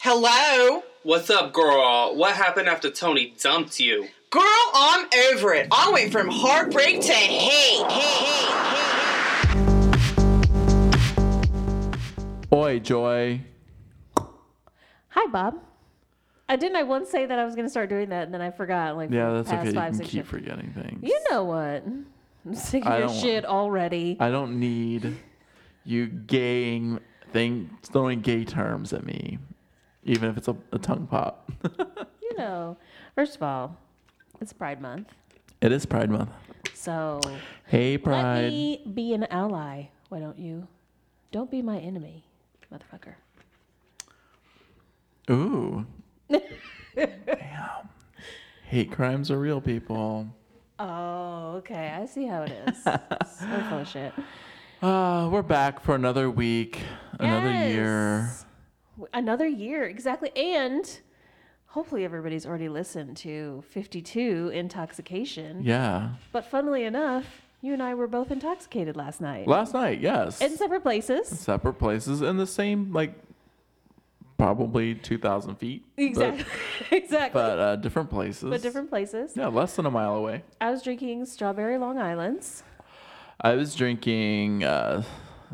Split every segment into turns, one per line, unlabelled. hello?
What's up, girl? What happened after Tony dumped you?
Girl, I'm over it. I went from heartbreak to hate, hate, hate, hate.
Oi, Joy.
Hi, Bob. I didn't. I once say that I was going to start doing that, and then I forgot. Like,
Yeah,
for the
that's
past
okay. You
Five,
can
six
keep
years.
forgetting things.
You know what? I'm sick
I
of your
don't-
shit already.
I don't need you gaying thing throwing gay terms at me, even if it's a, a tongue pop.
you know. First of all, it's Pride Month,
it is Pride Month.
so
Hey,
let
Pride.
me be an ally. Why don't you? Don't be my enemy, motherfucker.
Ooh. Damn. Hate crimes are real, people.
Oh, okay. I see how it is. so full of shit.
Uh, we're back for another week, another year.
Yes. W- Another year, exactly. And hopefully everybody's already listened to 52 Intoxication.
Yeah.
But funnily enough, you and I were both intoxicated last night
Last night, yes.
in separate places.
separate places in the same, like, probably 2,000 feet. but-
Exactly. exactly.
But, uh, different places.
but different places.
Yeah, less than a mile away.
I was drinking strawberry Long Islands.
I was drinking uh,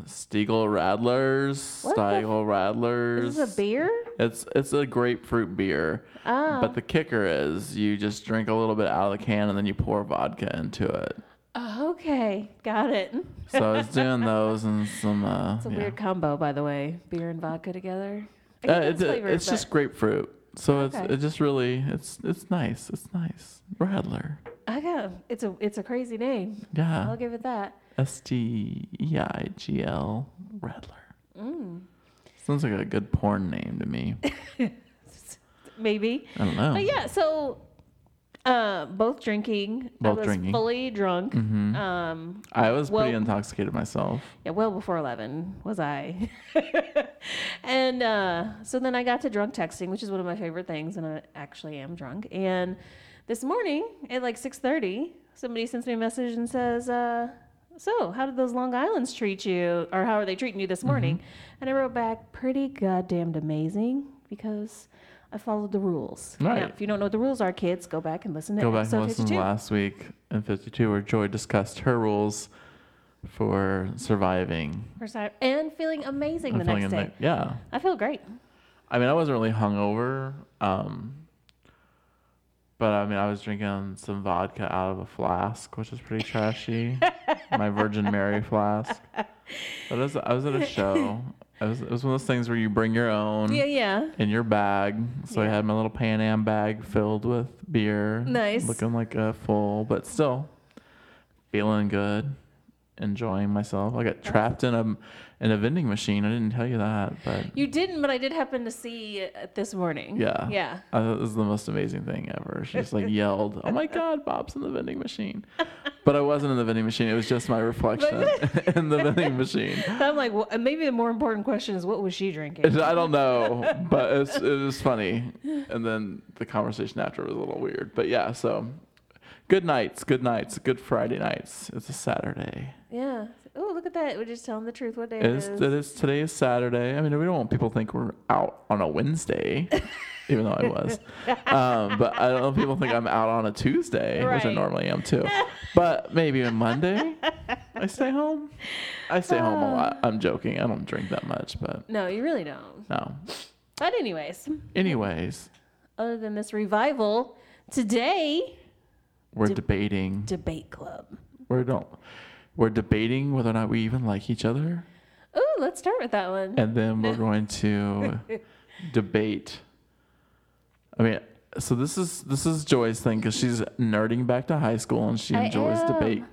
Stiegel Radlers.
What the f-
Stiegel Radlers.
Is this a beer?
It's it's a grapefruit beer.
Ah.
But the kicker is you just drink a little bit out of the can and then you pour vodka into it.
Oh, okay, got it. It's
So I was doing those and some. Uh,
a
yeah.
weird combo, by the way. Beer and vodka together. I
Uh,
get
it's
it's flavor,
it's
but-
just grapefruit. So it's
Okay.
it just really it's it's nice. It's nice. Radler.
I got it's a it's a crazy name. I'll
Yeah.
give it that.
S T E I G L Radler.
Mm.
Sounds like a good porn name to me.
Maybe.
I don't know.
But yeah, so uh, both drinking. I
Both
was
drinking. Mm-hmm.
fully drunk. Um,
I was pretty
Well-
intoxicated myself.
yeah, well before eleven was I. and uh, so then I got to drunk texting, which is one of my favorite things, and I actually am drunk. And this morning at like six thirty, somebody sends me a message and says, uh, "So, how did those Long Island's treat you, or how are they treating you this morning?"
Mm-hmm.
And I wrote back, "Pretty goddamn amazing," because. I followed the rules. Now,
Right.
if you don't know what the rules are, kids, go back and listen to
Go back
episode
and listen
52.
to last week in 52 where Joy discussed her rules for surviving.
First time- And feeling amazing
and Mm-hmm.
the
filling
next
in
day.
the- yeah.
I feel great.
I mean, I wasn't really hungover, um, but I mean, I was drinking some vodka out of a flask, which is pretty trashy. My Virgin Mary flask. But I was, I was at a show. It was, it was one of those things where you bring your own
Yeah, yeah.
in your bag. So I
Yeah.
had my little Pan Am bag filled with beer.
Nice.
Looking like a fool, but still feeling good, enjoying myself. I got trapped in a in a vending machine. I didn't tell you that, but
You didn't, but I did happen to see it this morning.
yeah.
Yeah.
I thought this is the most amazing thing ever. She just like yelled, Oh my God, Bob's in the vending machine. But I wasn't in the vending machine. It was just my reflection in the vending machine.
So I'm like, well, and maybe the more important question is what was she drinking?
I don't know, but it's, it was funny. And then the conversation after was a little weird. But yeah, so good nights, good nights, good Friday nights. It's a Saturday.
Yeah. Oh, look at that. We're just telling the truth what day
It is,
it
it is today is Saturday. I mean, we don't want people to think we're out on a Wednesday, even though I was. Um, but I don't know if people think I'm out on a Tuesday, which I
Right.
normally am too. But maybe a Monday, I stay home. I stay home a
Uh.
lot. I'm joking. I don't drink that much, but
No, you really don't.
no.
But anyways,
Anyways,
other than this revival, today
we're debating.
debate club.
We're don't. We're debating whether or not we even like each other,
Oh, let's start with that one.
and then we're going to debate. I mean, so this is this is Joy's thing because she's nerding back to high school and she
I
enjoys
am.
debate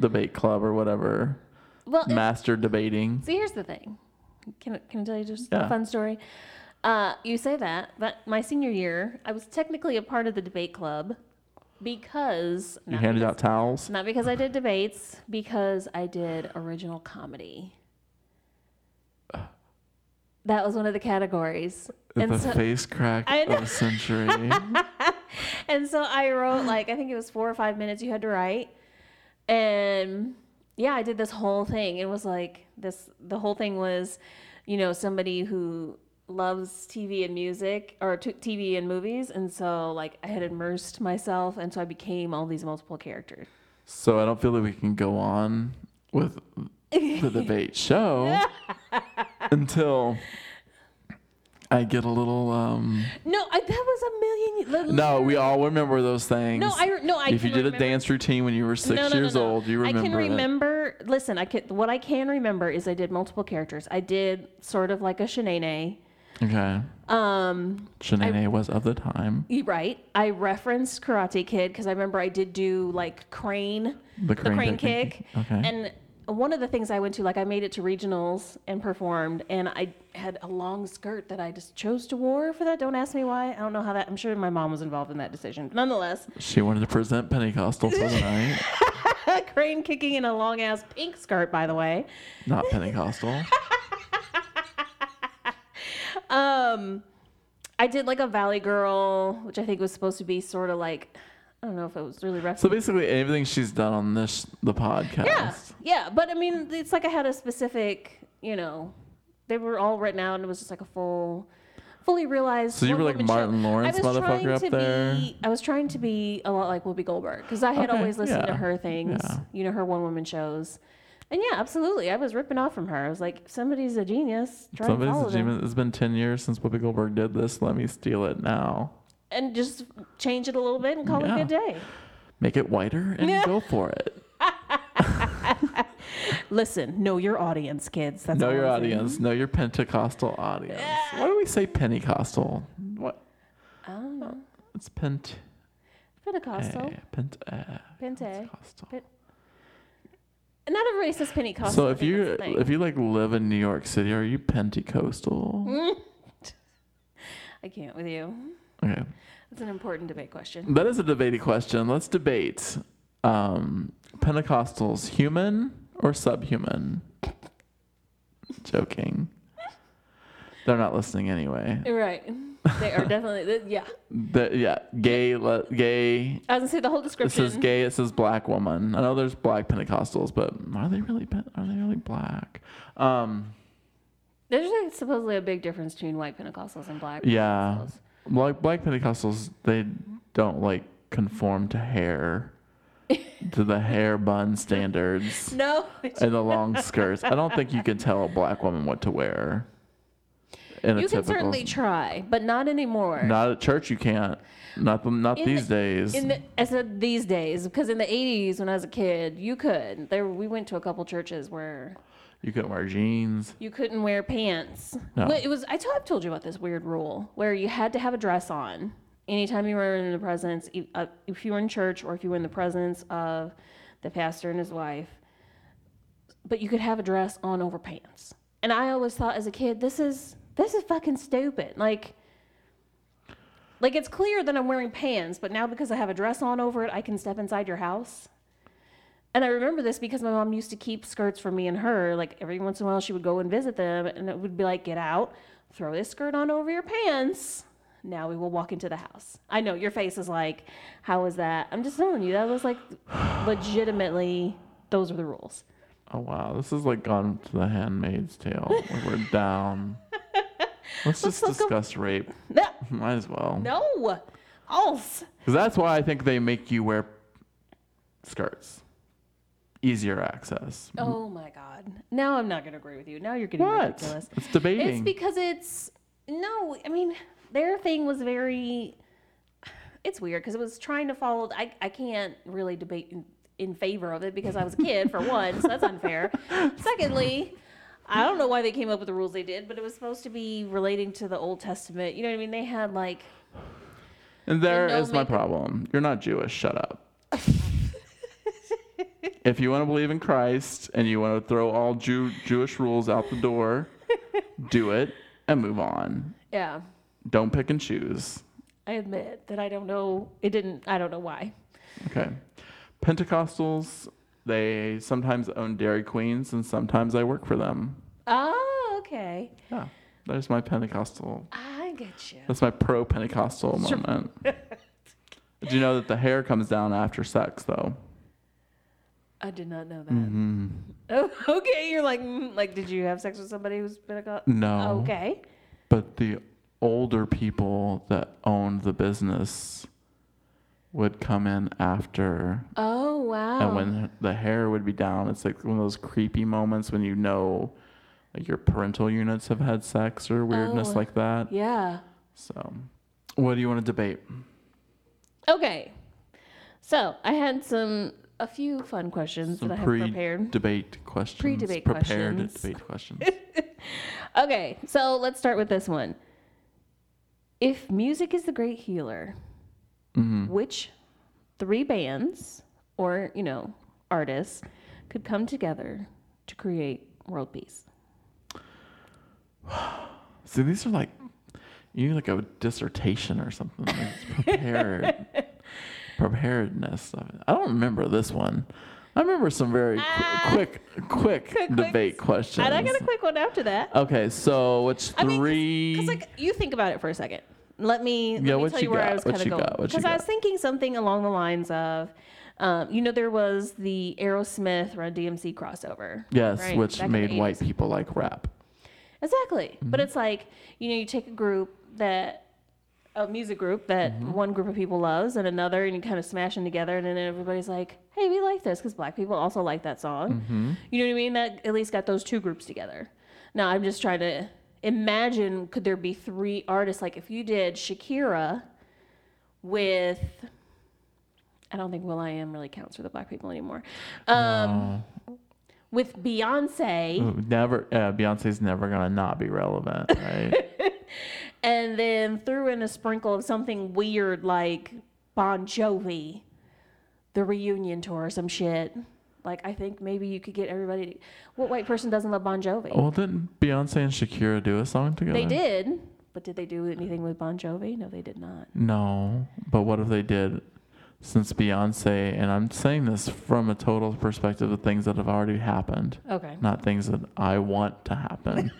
debate club or whatever,
Well, it-
master debating.
So here's the thing. Can I, can I tell you just
Yeah.
a fun story? Uh, you say that, but my senior year, I was technically a part of the debate club because
You
not,
handed
because,
out towels.
not because I did debates, because I did original comedy. That was one of the categories.
the
And so,
face crack
I know.
of a century.
and so I wrote like I think it was four or five minutes you had to write, and yeah, I did this whole thing. It was like this. The whole thing was, you know, somebody who loves TV and music or t- TV and movies, and so like I had immersed myself, and so I became all these multiple characters.
So I don't feel that we can go on with the debate show until I get a little. um
No, I, that was a million.
No, we all remember those things.
No, I re- no, I
If you
can
did a
remember-
dance routine when you were six years old, you remember.
I can
it.
remember. Listen, I could. What I can remember is I did multiple characters. I did sort of like a Shanae.
Okay.
Um,
Shanae was of the time.
you right. I referenced Karate Kid because I remember I did do like crane,
The crane
kick,
kick. Okay.
and one of the things I went to, like I made it to regionals and performed, and I had a long skirt that I just chose to wear for that. Don't ask me why. I don't know how that. I'm sure my mom was involved in that decision. Nonetheless,
She wanted to present Pentecostal for the night.
crane kicking in a long ass pink skirt, by the way.
Not Pentecostal.
I did like a Valley Girl, which I think was supposed to be sort of like I don't know if it was really rough.
So basically, anything she's done on this the podcast.
yeah, yeah, but I mean, it's like I had a specific, you know, they were all written out, and it was just like a full, fully realized.
So you were like Martin
one-woman show.
Lawrence
I was
motherfucker
trying
up
to
there?
Be, I was trying to be a lot like Whoopi Goldberg because I had
Okay,
always listened to
yeah,
her things,
yeah.
you know, her one-woman shows. And yeah, absolutely. I was ripping off from her. I was like, somebody's a genius. Try and follow
Somebody's
them.
achievement. It's been ten years since Whoopi Goldberg did this. Let me steal it now.
And just change it a little bit and call it a
Yeah.
good day.
Make it whiter and go for it.
Listen, know your audience, kids. That's
Know
all
your
I'm saying.
audience. Know your Pentecostal audience. Why do we say Pentecostal? What?
I don't know.
It's Pent.
Oh, Pentecostal.
Pent. eh,
Pente.
Pentecostal.
Pen- Not everybody says Pentecostal.
So
I
if
think that's
you
the thing.
if you like live in New York City, are you Pentecostal?
I can't with you.
Okay,
That's an important debate question.
that is a debating question. Let's debate. Um, Pentecostals, human or subhuman? Joking. They're not listening anyway.
Right. They are definitely. th- Yeah.
The- yeah, gay, le- gay.
I was gonna say the whole
It
description.
says gay. It says black woman. I know there's black Pentecostals, but are they really? Pen- Are they really black? Um,
There's like supposedly a big difference between white Pentecostals and black.
Yeah.
Pentecostals.
Like black Pentecostals, they don't like conform to hair, to the hair bun standards
No.
and the long skirts. I don't think you can tell a black woman what to wear. In
You can certainly try, but not anymore.
not at church. You can't. Not the, not
In
these
the-
days.
In the, I said these days, because in the 80s when I was a kid, you could. There, we went to a couple churches where
you can wear jeans.
You couldn't wear pants.
No.
Well, It was I t- I've told you about this weird rule where you had to have a dress on anytime you were in the presence, e- uh, if you were in church or if you were in the presence of the pastor and his wife. But you could have a dress on over pants. And I always thought as a kid, this is this is fucking stupid. Like. Like it's clear that I'm wearing pants, but now because I have a dress on over it, I can step inside your house. And I remember this because my mom used to keep skirts for me and her. Like every once in a while, she would go and visit them, and it would be like, "Get out, throw this skirt on over your pants." Now we will walk into the house. I know your face is like, "How is that?" I'm just telling you that was like, legitimately, those were the rules.
Oh wow, this is like gone to the Handmaid's Tale. Like, we're down. Let's just
let's go-
discuss rape.
No,
Might as well.
no, else.
Because that's why I think they make you wear skirts. Easier access.
Oh my God! Now I'm not gonna agree with you. Now you're getting
What?
ridiculous.
It's debating.
It's because it's no. I mean, their thing was very. It's weird because it was trying to follow. I I can't really debate in, in favor of it because I was a kid for one, so that's unfair. Secondly. I don't know why they came up with the rules they did, but it was supposed to be relating to the Old Testament. You know what I mean? They had like
and there is
no
my
makeup.
problem. You're not Jewish. Shut up. if you want to believe in Christ and you want to throw all Jew- Jewish rules out the door, do it and move on.
yeah,
Don't pick and choose.
I admit that I don't know. It didn't I don't know why.
Okay. Pentecostals, they sometimes own Dairy Queens and sometimes I work for them.
Oh, okay.
Yeah. There's my Pentecostal
I get you.
That's my pro Pentecostal moment. Do you know that the hair comes down after sex, though?
I did not know that. "Mm-hmm," Oh, okay. You're like, mm, like, did you have sex with somebody who's been a
No.
Okay.
but the older people that owned the business would come in after
Oh wow.
and when the hair would be down it's like one of those creepy moments when you know like your parental units have had sex or weirdness
Oh.
like that
yeah.
so what do you want to debate
Okay. So I had some a few fun questions that I have prepared.
pre-debate questions
Pre-debate
prepared
questions.
debate questions
Okay, so let's start with this one. If music is the great healer, which three bands or you know artists could come together to create world peace?
see these are like you need like a dissertation or something like it's prepared preparedness of it. i don't remember this one i remember some very qu- quick quick debate questions
And Ah. I got a quick one after that.
Okay, so which
I mean,
three?
Because like you think about it for a second. Let me let
Yeah,
me
what
tell
you
you where I
got?
was
What
kind of
you
going.
got? What you
Because I was
got?
thinking something along the lines of, um, you know, there was the Aerosmith Run DMC crossover.
yes,
right,
which
back in the
made white
80s.
people like rap.
Exactly. But it's like, you know, you take a group that, a music group that one group of people loves and another, and you kind of smash them together, and then everybody's like, hey, we like this because black people also like that song. You know what I mean? That at least got those two groups together. Now, I'm just trying to imagine could there be three artists? Like, if you did Shakira with. I don't think Will I Am really counts for the black people anymore. Um, With Beyonce.
Never, uh, Beyonce's never gonna not be relevant, right?
and then threw in a sprinkle of something weird like Bon Jovi, the reunion tour or some shit. Like I think maybe you could get everybody. To, what white person doesn't love Bon Jovi?
well, didn't Beyonce and Shakira do a song together?
They did, but did they do anything with Bon Jovi? No, they did not.
No, but what if they did? Since Beyonce, and I'm saying this from a total perspective of things that have already happened,
Okay.
not things that I want to happen.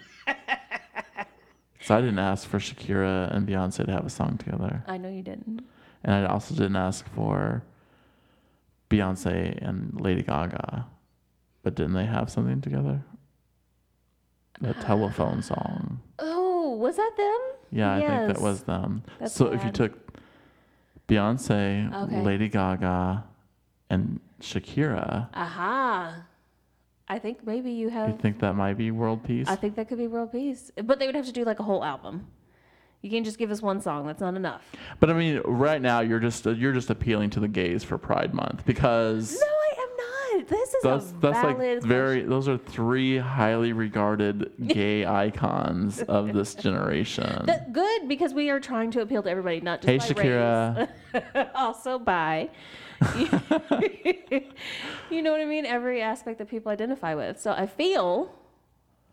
so I didn't ask for Shakira and Beyonce to have a song together.
I know you didn't.
And I also didn't ask for Beyonce and Lady Gaga, but didn't they have something together? The telephone song.
Oh, was that them?
Yeah, I think
Yes.
that was them.
That's
so if you
bad.
took Beyonce,
Okay.
Lady Gaga, and Shakira,
Aha. I think maybe you have.
you think that might be world peace?
I think that could be world peace, but they would have to do like a whole album. You can't just give us one song. That's not enough.
but I mean, right now you're just you're just appealing to the gays for Pride Month because
No, I am not. This is
that's
a
that's
valid
like
question.
very those are three highly regarded gay icons of this generation
Th- good because we are trying to appeal to everybody, not just
hey
by
shakira
race. also by, you know what I mean. Every aspect that people identify with. So I feel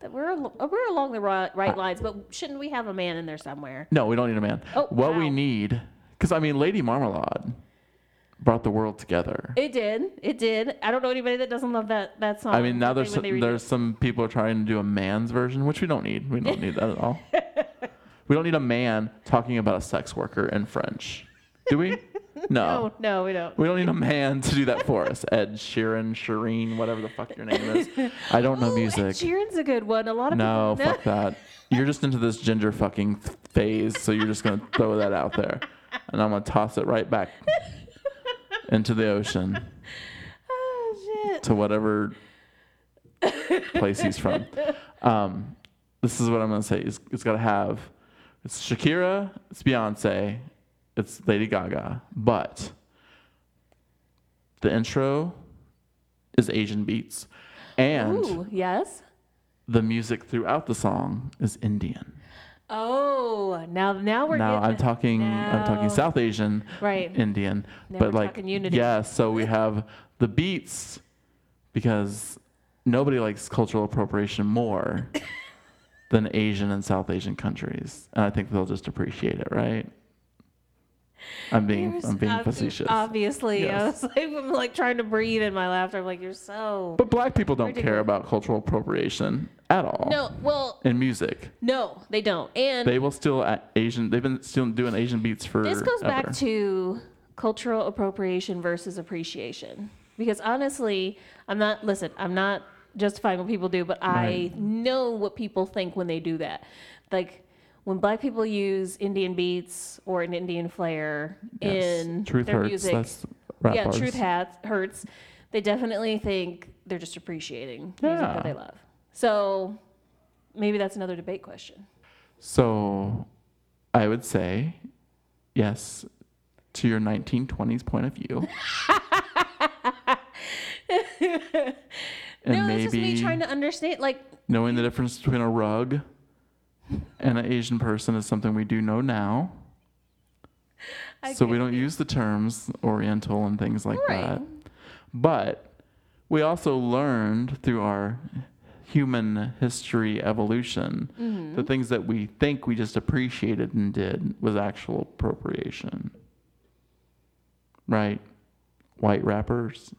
that we're al- we're along the ri-
Uh,
right lines, but shouldn't we have a man in there somewhere?
no we don't need a man
Oh,
what
wow.
we need because i mean lady marmalade brought the world together
It did. It did. I don't know anybody that doesn't love that that song.
i mean now
when
there's
they- when
some,
they redo
there's some people trying to do a man's version which we don't need we don't need that at all we don't need a man talking about a sex worker in french do we
it.
no
Oh, no, we don't.
We don't need a man to do that for us. Ed Sheeran, Shireen, whatever the fuck your name is. I don't know
Ooh, Oh, Ed
music.
Sheeran's a good one. A lot of
No,
people.
fuck that. You're just into this ginger fucking th- phase, so you're just gonna throw that out there, and I'm gonna toss it right back into the ocean
Oh shit.
to whatever place he's from. Um, this is what I'm gonna say. It's, it's gotta have. It's Shakira. It's Beyonce. It's Lady Gaga. But the intro is Asian beats, and
Ooh, yes.
the music throughout the song is Indian.
Oh, now now we're
now
getting
I'm talking I'm talking
Now-
South Asian
Right.
Indian
Now
but
we're
like
talking unity.
yeah so we have the beats because nobody likes cultural appropriation more than Asian and South Asian countries and I think they'll just appreciate it right I'm being
You're
I'm being
ob-
facetious
Obviously, I
Yes.
was like, I'm like trying to breathe in my laughter. I'm like, you're so.
but black people don't care
Ridiculous.
about cultural appropriation at all
No, well,
in music
no, they don't. And
they will still a- Asian they've been still doing Asian beats for
this goes back to cultural appropriation versus appreciation. Because honestly, I'm not. Listen, I'm not justifying what people do, but I know what people think when they do that. Like when black people use Indian beats or an Indian flair
Yes.
in
Truth
their
hurts.
music,
That's rap
yeah,
bars.
truth hat, hurts. They definitely think they're just appreciating music
Yeah.
that they love. So maybe that's another debate question.
So I would say yes to your 1920s point of view. and
no,
maybe
that's just me trying to understand. Like,
knowing the difference between a rug and an Asian person is something we do know now.
I
so we don't use the terms Oriental and things like
Right.
that. But we also learned through our human history evolution the things that we think we just appreciated and did was actual appropriation. Right? White rappers.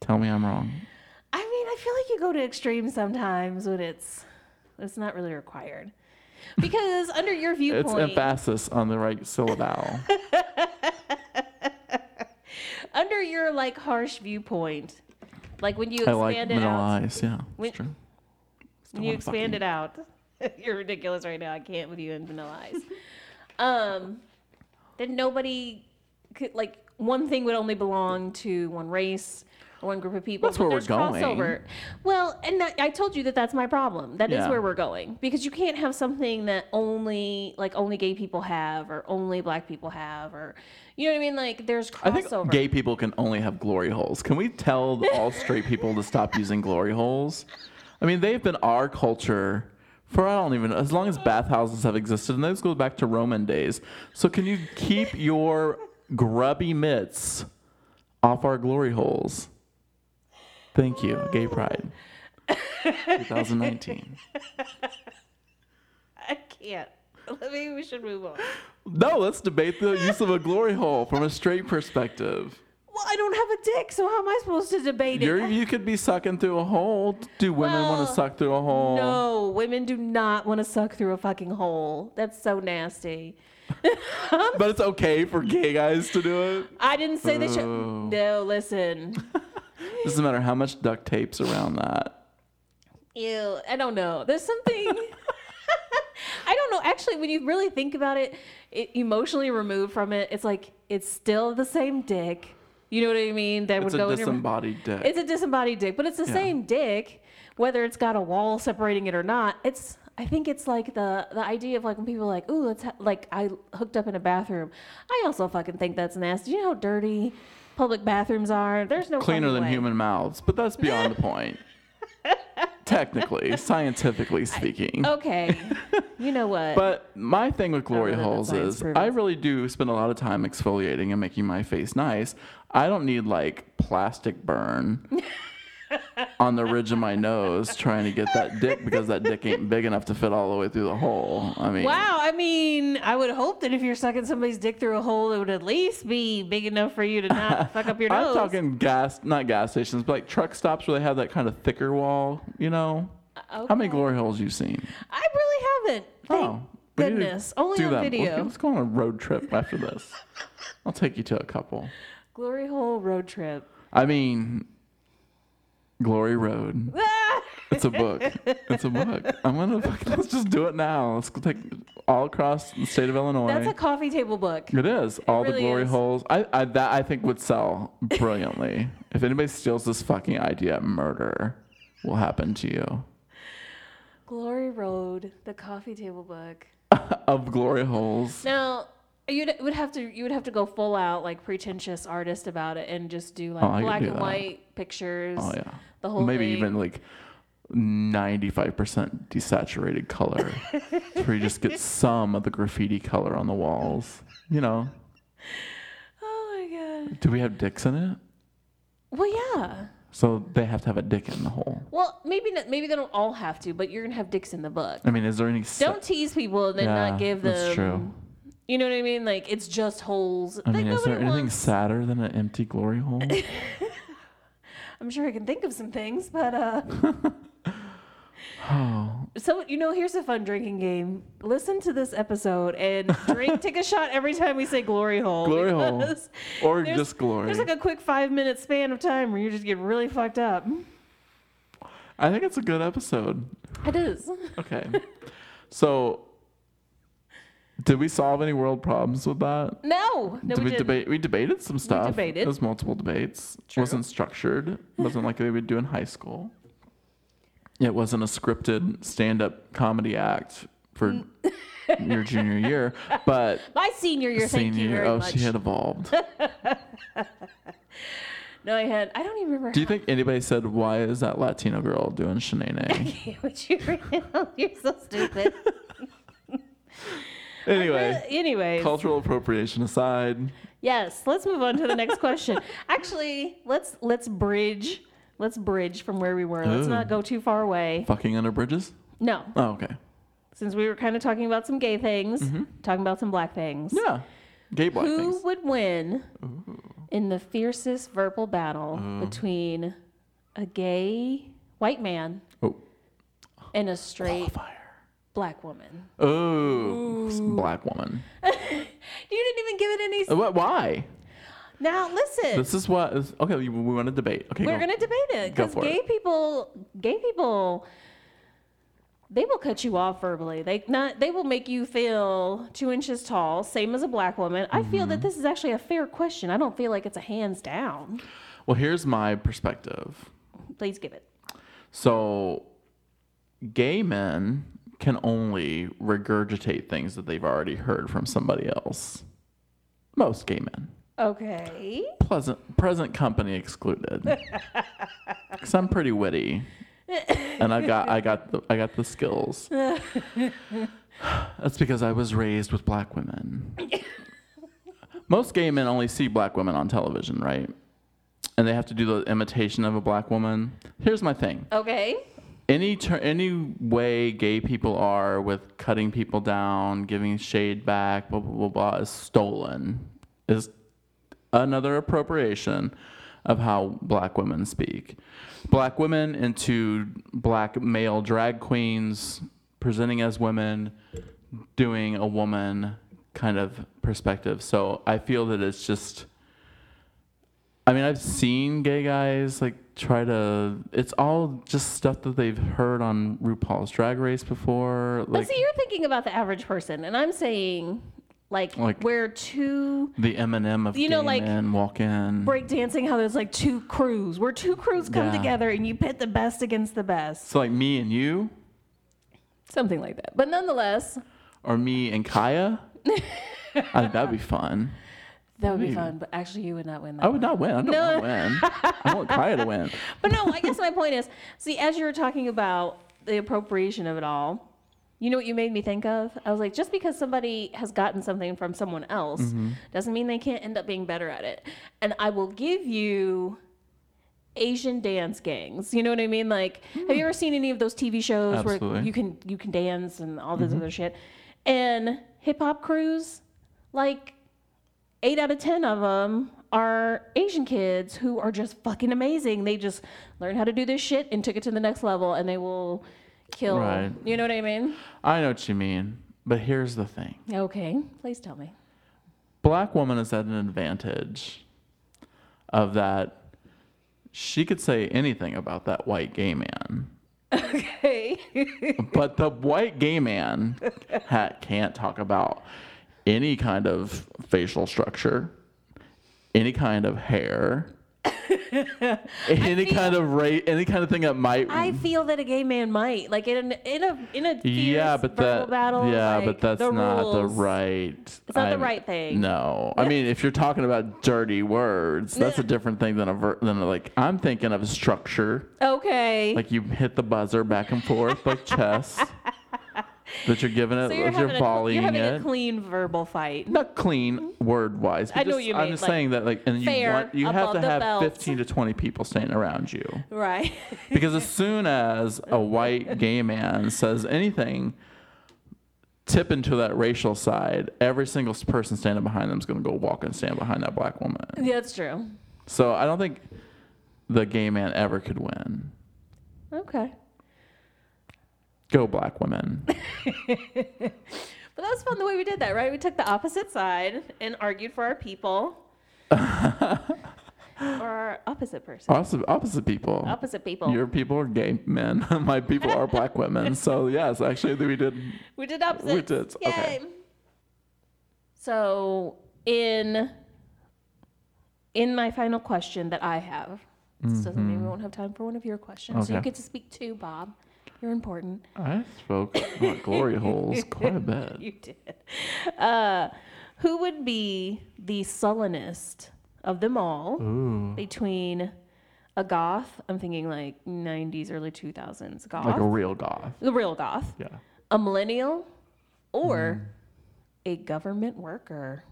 Tell me I'm wrong.
I mean, I feel like you go to extremes sometimes when it's it's not really required. Because under your viewpoint,
It's emphasis on the right syllable.
under your like harsh viewpoint, like when you
I like
expand it out,
minimalize. Yeah,
When-
it's true.
when you
wanna fuck
expand
you.
it out, you're ridiculous right now. I can't with you in vanilla eyes. um, then nobody could like one thing would only belong to one race. or One group of people.
That's
but
where we're
there's
going.
Crossover. Well, and that, I told you that that's my problem. That is
Yeah.
where we're going because you can't have something that only like only gay people have or only black people have or you know what I mean. Like there's
I think
crossover.
gay people can only have glory holes. Can we tell the- all straight people to stop using glory holes? I mean, they've been our culture for I don't even as long as bathhouses have existed, and those go back to Roman days. So can you keep your grubby mitts off our glory holes? Thank you, Gay Pride, 2019.
I can't. Maybe we should move on.
No, let's debate the use of a glory hole from a straight perspective.
Well, I don't have a dick, so how am I supposed to debate it?
You're, you could be sucking through a hole. Do women want
Well,
to suck through a hole?
No, women do not want to suck through a fucking hole. That's so nasty.
But it's okay for gay guys to do it.
I didn't say they should.
Oh.
No, listen.
Doesn't matter how much duct tape's around that.
Ew, I don't know. There's something. I don't know. Actually, when you really think about it, it, emotionally removed from it, it's like it's still the same dick. You know what I mean? That
It's
would
a
go in your.
disembodied dick.
It's a disembodied dick, but it's the same dick, whether it's got a wall separating it or not. It's I think it's like the the idea of like when people are like, ooh, let's ha-, like I hooked up in a bathroom. I also fucking think that's nasty. You know how dirty public bathrooms are. There's no
Cleaner
fucking
than
way.
human mouths, but that's beyond the point. Technically, scientifically speaking.
Okay, you know what?
But my thing with glory
know that
holes
science
is
proves
I
it.
really do spend a lot of time exfoliating and making my face nice. I don't need like plastic burn on the ridge of my nose trying to get that dick because that dick ain't big enough to fit all the way through the hole. I mean,
Wow, I mean, I would hope that if you're sucking somebody's dick through a hole, it would at least be big enough for you to not fuck up your nose.
I'm talking gas, not gas stations, but like truck stops where they have that kind of thicker wall, you know? How many
Okay.
glory holes you seen? Oh,
I really haven't. Thank
we need to
goodness. Only
do
on
that.
video.
Let's go on a road trip after this. I'll take you to a couple.
Glory hole road trip.
I mean, Glory Road.
Ah!
It's a book. It's a book. I'm gonna fuck- let's just do it now. Let's go take all across the state of Illinois.
That's a coffee table book.
it is all the
really
glory
is.
holes. I, I that I think would sell brilliantly. if anybody steals this fucking idea, murder will happen to you.
Glory Road, the coffee table book.
Of glory holes.
Now you would have to you would have to go full out like pretentious artist about it and just do like
Oh, I could
black
do
and
that.
white pictures.
Oh yeah.
The whole
maybe
thing.
even like 95% desaturated color where you just get some of the graffiti color on the walls you know
Oh my god.
Do we have dicks in it?
Well, yeah.
So they have to have a dick in the hole.
Well, maybe not, maybe they don't all have to, but you're gonna have dicks in the book.
I mean, is there any? se-
Don't tease people and then
Yeah,
not give them.
that's true.
You know what I mean? Like it's just holes.
I mean,
like,
is there
nobody
anything
wants-
sadder than an empty glory hole?
I'm sure I can think of some things, but uh.
oh,
So you know, here's a fun drinking game. Listen to this episode and drink. take a shot every time we say glory hole.
glory hole,
because
or
there's-
just glory?
There's like a quick five minute span of time where you just get really fucked up.
I think it's a good episode.
It is.
Okay. so, did we solve any world problems with that?
No, no,
did
we,
we,
didn't.
debate? We debated some stuff.
debated.
It was multiple debates. wasn't structured. wasn't like they would do in high school. It wasn't a scripted stand-up comedy act for your junior year, but
My senior year, thank
senior
you
year,
very
oh,
much.
she had evolved.
No, I had. I don't even remember.
Do you think anybody said, "Why is that Latino girl doing shenanigans?"
what you You're so stupid.
anyway,
Anyways,
cultural appropriation aside,
yes. Let's move on to the next question. Actually, let's let's bridge. Let's bridge from where we were. Let's
Ooh.
not go too far away.
fucking under bridges.
No,
Oh, okay.
since we were kind of talking about some gay things,
Mm-hmm.
talking about some black things.
Yeah, gay black
Who
things.
would win in the fiercest verbal battle
Oh.
between a gay white man
Oh,
and a straight
fire.
black woman?
Oh, s- black woman.
You didn't even give it any.
Uh, What? Why?
Now listen.
This is what. Is, okay, we we want to debate. Okay,
We're
go.
gonna debate it
Go
because
for
gay
it.
people, gay people, they will cut you off verbally. They not they will make you feel two inches tall, same as a black woman. I feel
Mm-hmm.
that this is actually a fair question. I don't feel like it's a hands down.
Well, here's my perspective.
Please give it.
So, gay men can only regurgitate things that they've already heard from somebody else. Most gay men.
Okay.
pleasant present company excluded. Cause I'm pretty witty, and I got I got the, I got the skills. That's because I was raised with black women. Most gay men only see black women on television, right? And they have to do the imitation of a black woman. Here's my thing:
Okay.
any ter- any way gay people are with cutting people down, giving shade back, blah blah blah, blah is stolen. Is another appropriation of how black women speak. Black women into black male drag queens presenting as women, doing a woman kind of perspective. So I feel that it's just. I mean, I've seen gay guys like try to. It's all just stuff that they've heard on RuPaul's Drag Race before.
But
Like
see, you're thinking about the average person, and I'm saying, like,
Like-
we're two
the Eminem of
You
you
know,
know,
like,
men walk in.
breakdancing. How there's like two crews, where two crews come
Yeah.
together and you pit the best against the best,
So like me and you,
something like that. But nonetheless,
or me and Kaya. I, that'd be fun.
That would be fun, but actually, you would not win that.
I would not win. I don't
No.
want to win. I want Kaya to win.
But no, I guess my point is see, as you were talking about the appropriation of it all, you know what you made me think of? I was like, just because somebody has gotten something from someone else
Mm-hmm.
doesn't mean they can't end up being better at it. And I will give you Asian dance gangs. You know what I mean? Like, have you ever seen any of those TV shows where
Hmm. Absolutely. Mm-hmm.
you can you can dance and all this other shit? And hip hop crews, like eight out of ten of them are Asian kids who are just fucking amazing. They just learned how to do this shit and took it to the next level, and they will kill.
Right.
You know what I mean?
I know what you mean, but here's the thing:
Okay, please tell me.
black woman is at an advantage of that. She could say anything about that white gay man.
Okay.
but the white gay man ha- can't talk about any kind of facial structure, any kind of hair, any kind of rate, any kind of thing that might.
I feel that a gay man might like in in a in a fierce
yeah, but
verbal
that
battle.
yeah,
like,
but that's
the
not the
rules.
right.
It's not the right thing.
No, I mean if you're talking about dirty words, that's a different thing than a ver- than a, like I'm thinking of structure.
Okay.
Like you hit the buzzer back and forth like chess. That you're giving it,
so
that
you're,
you're,
having, a,
volleying
you're having
it.
a clean verbal fight.
not clean word wise.
I know what you
I'm
mean,
just
like,
saying that like, and you
fair,
want you have
above
to
the
have
belt.
15 to 20 people standing around you
Right.
because as soon as a white gay man says anything, tip into that racial side, every single person standing behind them is going to go walk and stand behind that black woman.
yeah, that's true.
So I don't think the gay man ever could win.
Okay.
Go black women.
But that was fun the way we did that, right? We took the opposite side and argued for our people. or opposite person?
Opposite, opposite people.
opposite people.
Your people are gay men. My people are black women. So yes, actually we did.
We did opposite.
We did, okay.
So in in my final question that I have, so maybe we won't have time for one of your questions. So
Mm-hmm.
you
Okay.
get to speak to Bob. You're important.
I spoke about glory holes quite a bit.
You did. Uh, who would be the sullenest of them all
Ooh,
between a goth? I'm thinking like 90s, early 2000s goth,
like a real goth.
the real goth,
Yeah.
a millennial, or
Mm.
a government worker.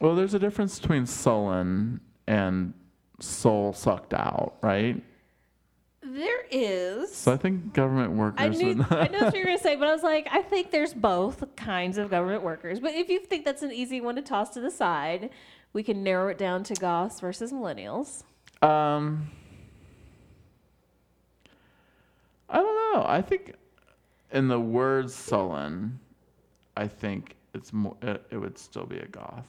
Well, there's a difference between sullen and soul sucked out, right?
There is.
So I think government
I
workers.
knew
would-
I know what you were gonna say, but I was like, I think there's both kinds of government workers. But if you think that's an easy one to toss to the side, we can narrow it down to goths versus millennials.
Um, I don't know. I think, in the word sullen, I think it's more. It, it would still be a goth,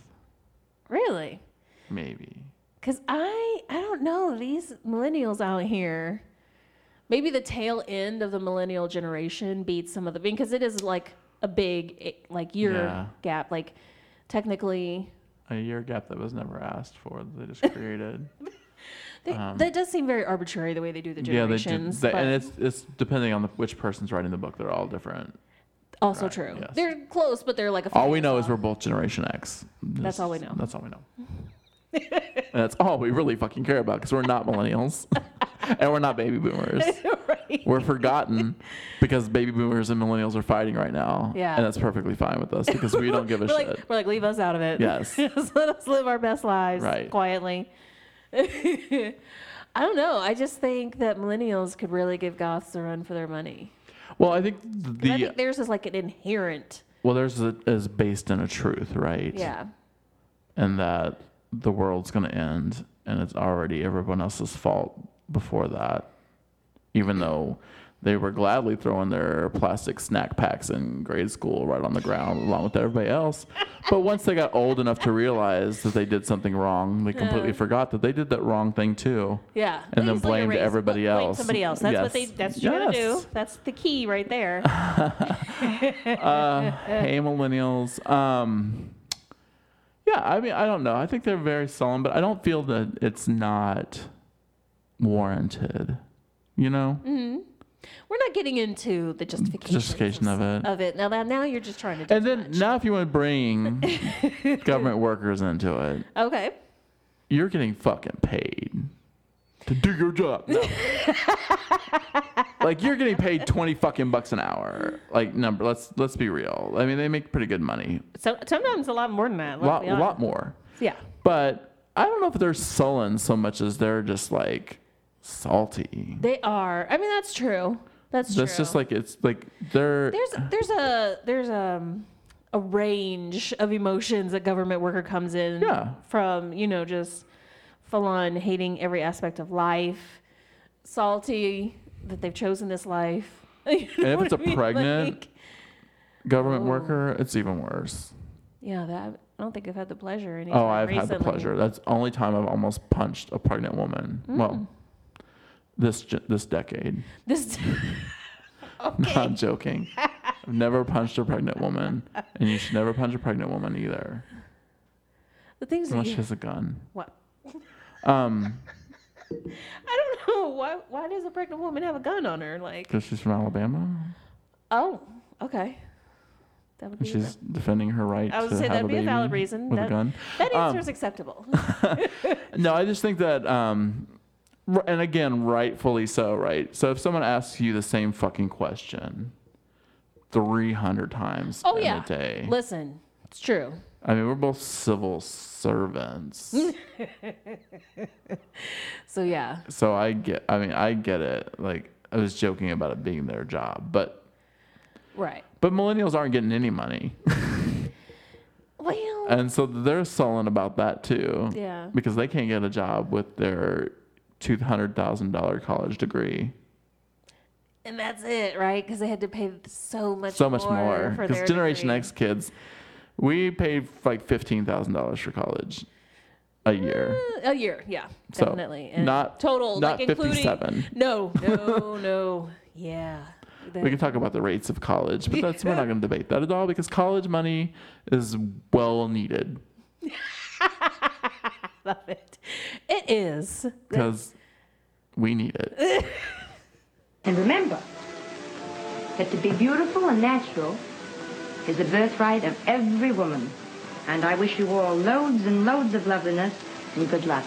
Really?
maybe.
Cause I I don't know these millennials out here. Maybe the tail end of the millennial generation beats some of the because it is like a big eh, like year
Yeah.
gap. Like technically,
A year gap that was never asked for. That they just created.
they, that does seem very arbitrary the way they do the
Um, yeah, they did.
generations.
They,
but-
and it's it's depending on the, which person's writing the book. They're all different.
Also
Right,
true.
yes.
They're close, but they're like a. few
All we
years
know is
off.
we're both Generation X. That's
all we know.
That's all we know. and that's all we really fucking care about because we're not millennials and we're not baby boomers.
right.
We're forgotten because baby boomers and millennials are fighting right now.
Yeah.
And that's perfectly fine with us because we don't give a
We're
shit.
like, we're like, leave us out of it.
Yes.
Just let us live our best lives
Right.
quietly. I don't know. I just think that millennials could really give goths a run for their money.
well, I think
And
the
I think theirs is like an inherent.
well, there's a, is based in a truth, right?
Yeah.
And that the world's gonna end, and it's already everyone else's fault before that, even though they were gladly throwing their plastic snack packs in grade school right on the ground along with everybody else. But once they got old enough to realize that they did something wrong, they completely forgot that they did that wrong thing too.
Yeah.
And then
It's like a
blamed
race.
everybody
Blame
else.
Somebody else. That's what they.
Yes.
That's what you gotta
Yes.
do. That's the key right there.
hey millennials um yeah i mean i don't know i think they're very solemn but i don't feel that it's not warranted you know
We're not getting into the justification.
justification of it
Of it. Now that now you're just trying to. do
and
too
then
much.
now if you want to bring government workers into it
Okay.
you're getting fucking paid to do your job No. like you're getting paid 20 fucking bucks an hour like number let's let's be real i mean they make pretty good money
So sometimes a lot more than that.
a
let's
lot,
be
a
honest.
lot more
Yeah.
But I don't know if they're sullen so much as they're just like salty.
They are. I mean, that's true. That's true.
That's just like it's like they're
there's there's a there's um a range of emotions a government worker comes in
Yeah.
from you know just full on hating every aspect of life, salty that they've chosen this life. You know
And if
what
it's a
I mean?
pregnant-
Like- Oh.
government worker. It's even worse.
yeah, that I don't think I've had the pleasure. Any
Oh,
time
I've had the
recently.
pleasure. That's the only time I've almost punched a pregnant woman.
Mm.
Well, this ge- this decade.
This
No, I'm joking. I've never punched a pregnant woman, and you should never punch a pregnant woman either,
the things that
unless she
you,
has a gun.
what
Um,
I don't know why why does a pregnant woman have a gun on her like
because she's from Alabama,
Oh, okay. That would
and
be.
she's defending her right
I
to
was gonna say
have
that'd
a
be a
baby
valid reason.
with
That-
a gun.
that
um,
answer is acceptable.
No, I just think that, um, r- and again, rightfully so, right? So if someone asks you the same fucking question 300 times
Oh
in
yeah.
a day,
Listen, it's true.
I mean, we're both civil servants.
So yeah,
so I get, I mean, I get it. Like, I was joking about it being their job, but
right.
but millennials aren't getting any money.
Well,
and so they're sullen about that too.
Yeah.
Because they can't get a job with their $200,000 college degree.
and that's it, right? Because they had to pay so much
so much more.
more for their
Because Generation
degree.
X kids, we paid like fifteen thousand dollars for college a year.
Uh, A year, yeah,
So,
definitely.
not-
total,
not
like including.
57.
No, no, no. Yeah.
We can talk about the rates of college, but that's we're not going to debate that at all because college money is well needed.
Love it. It is.
because we need it.
And remember that to be beautiful and natural is the birthright of every woman. And I wish you all loads and loads of loveliness and good luck.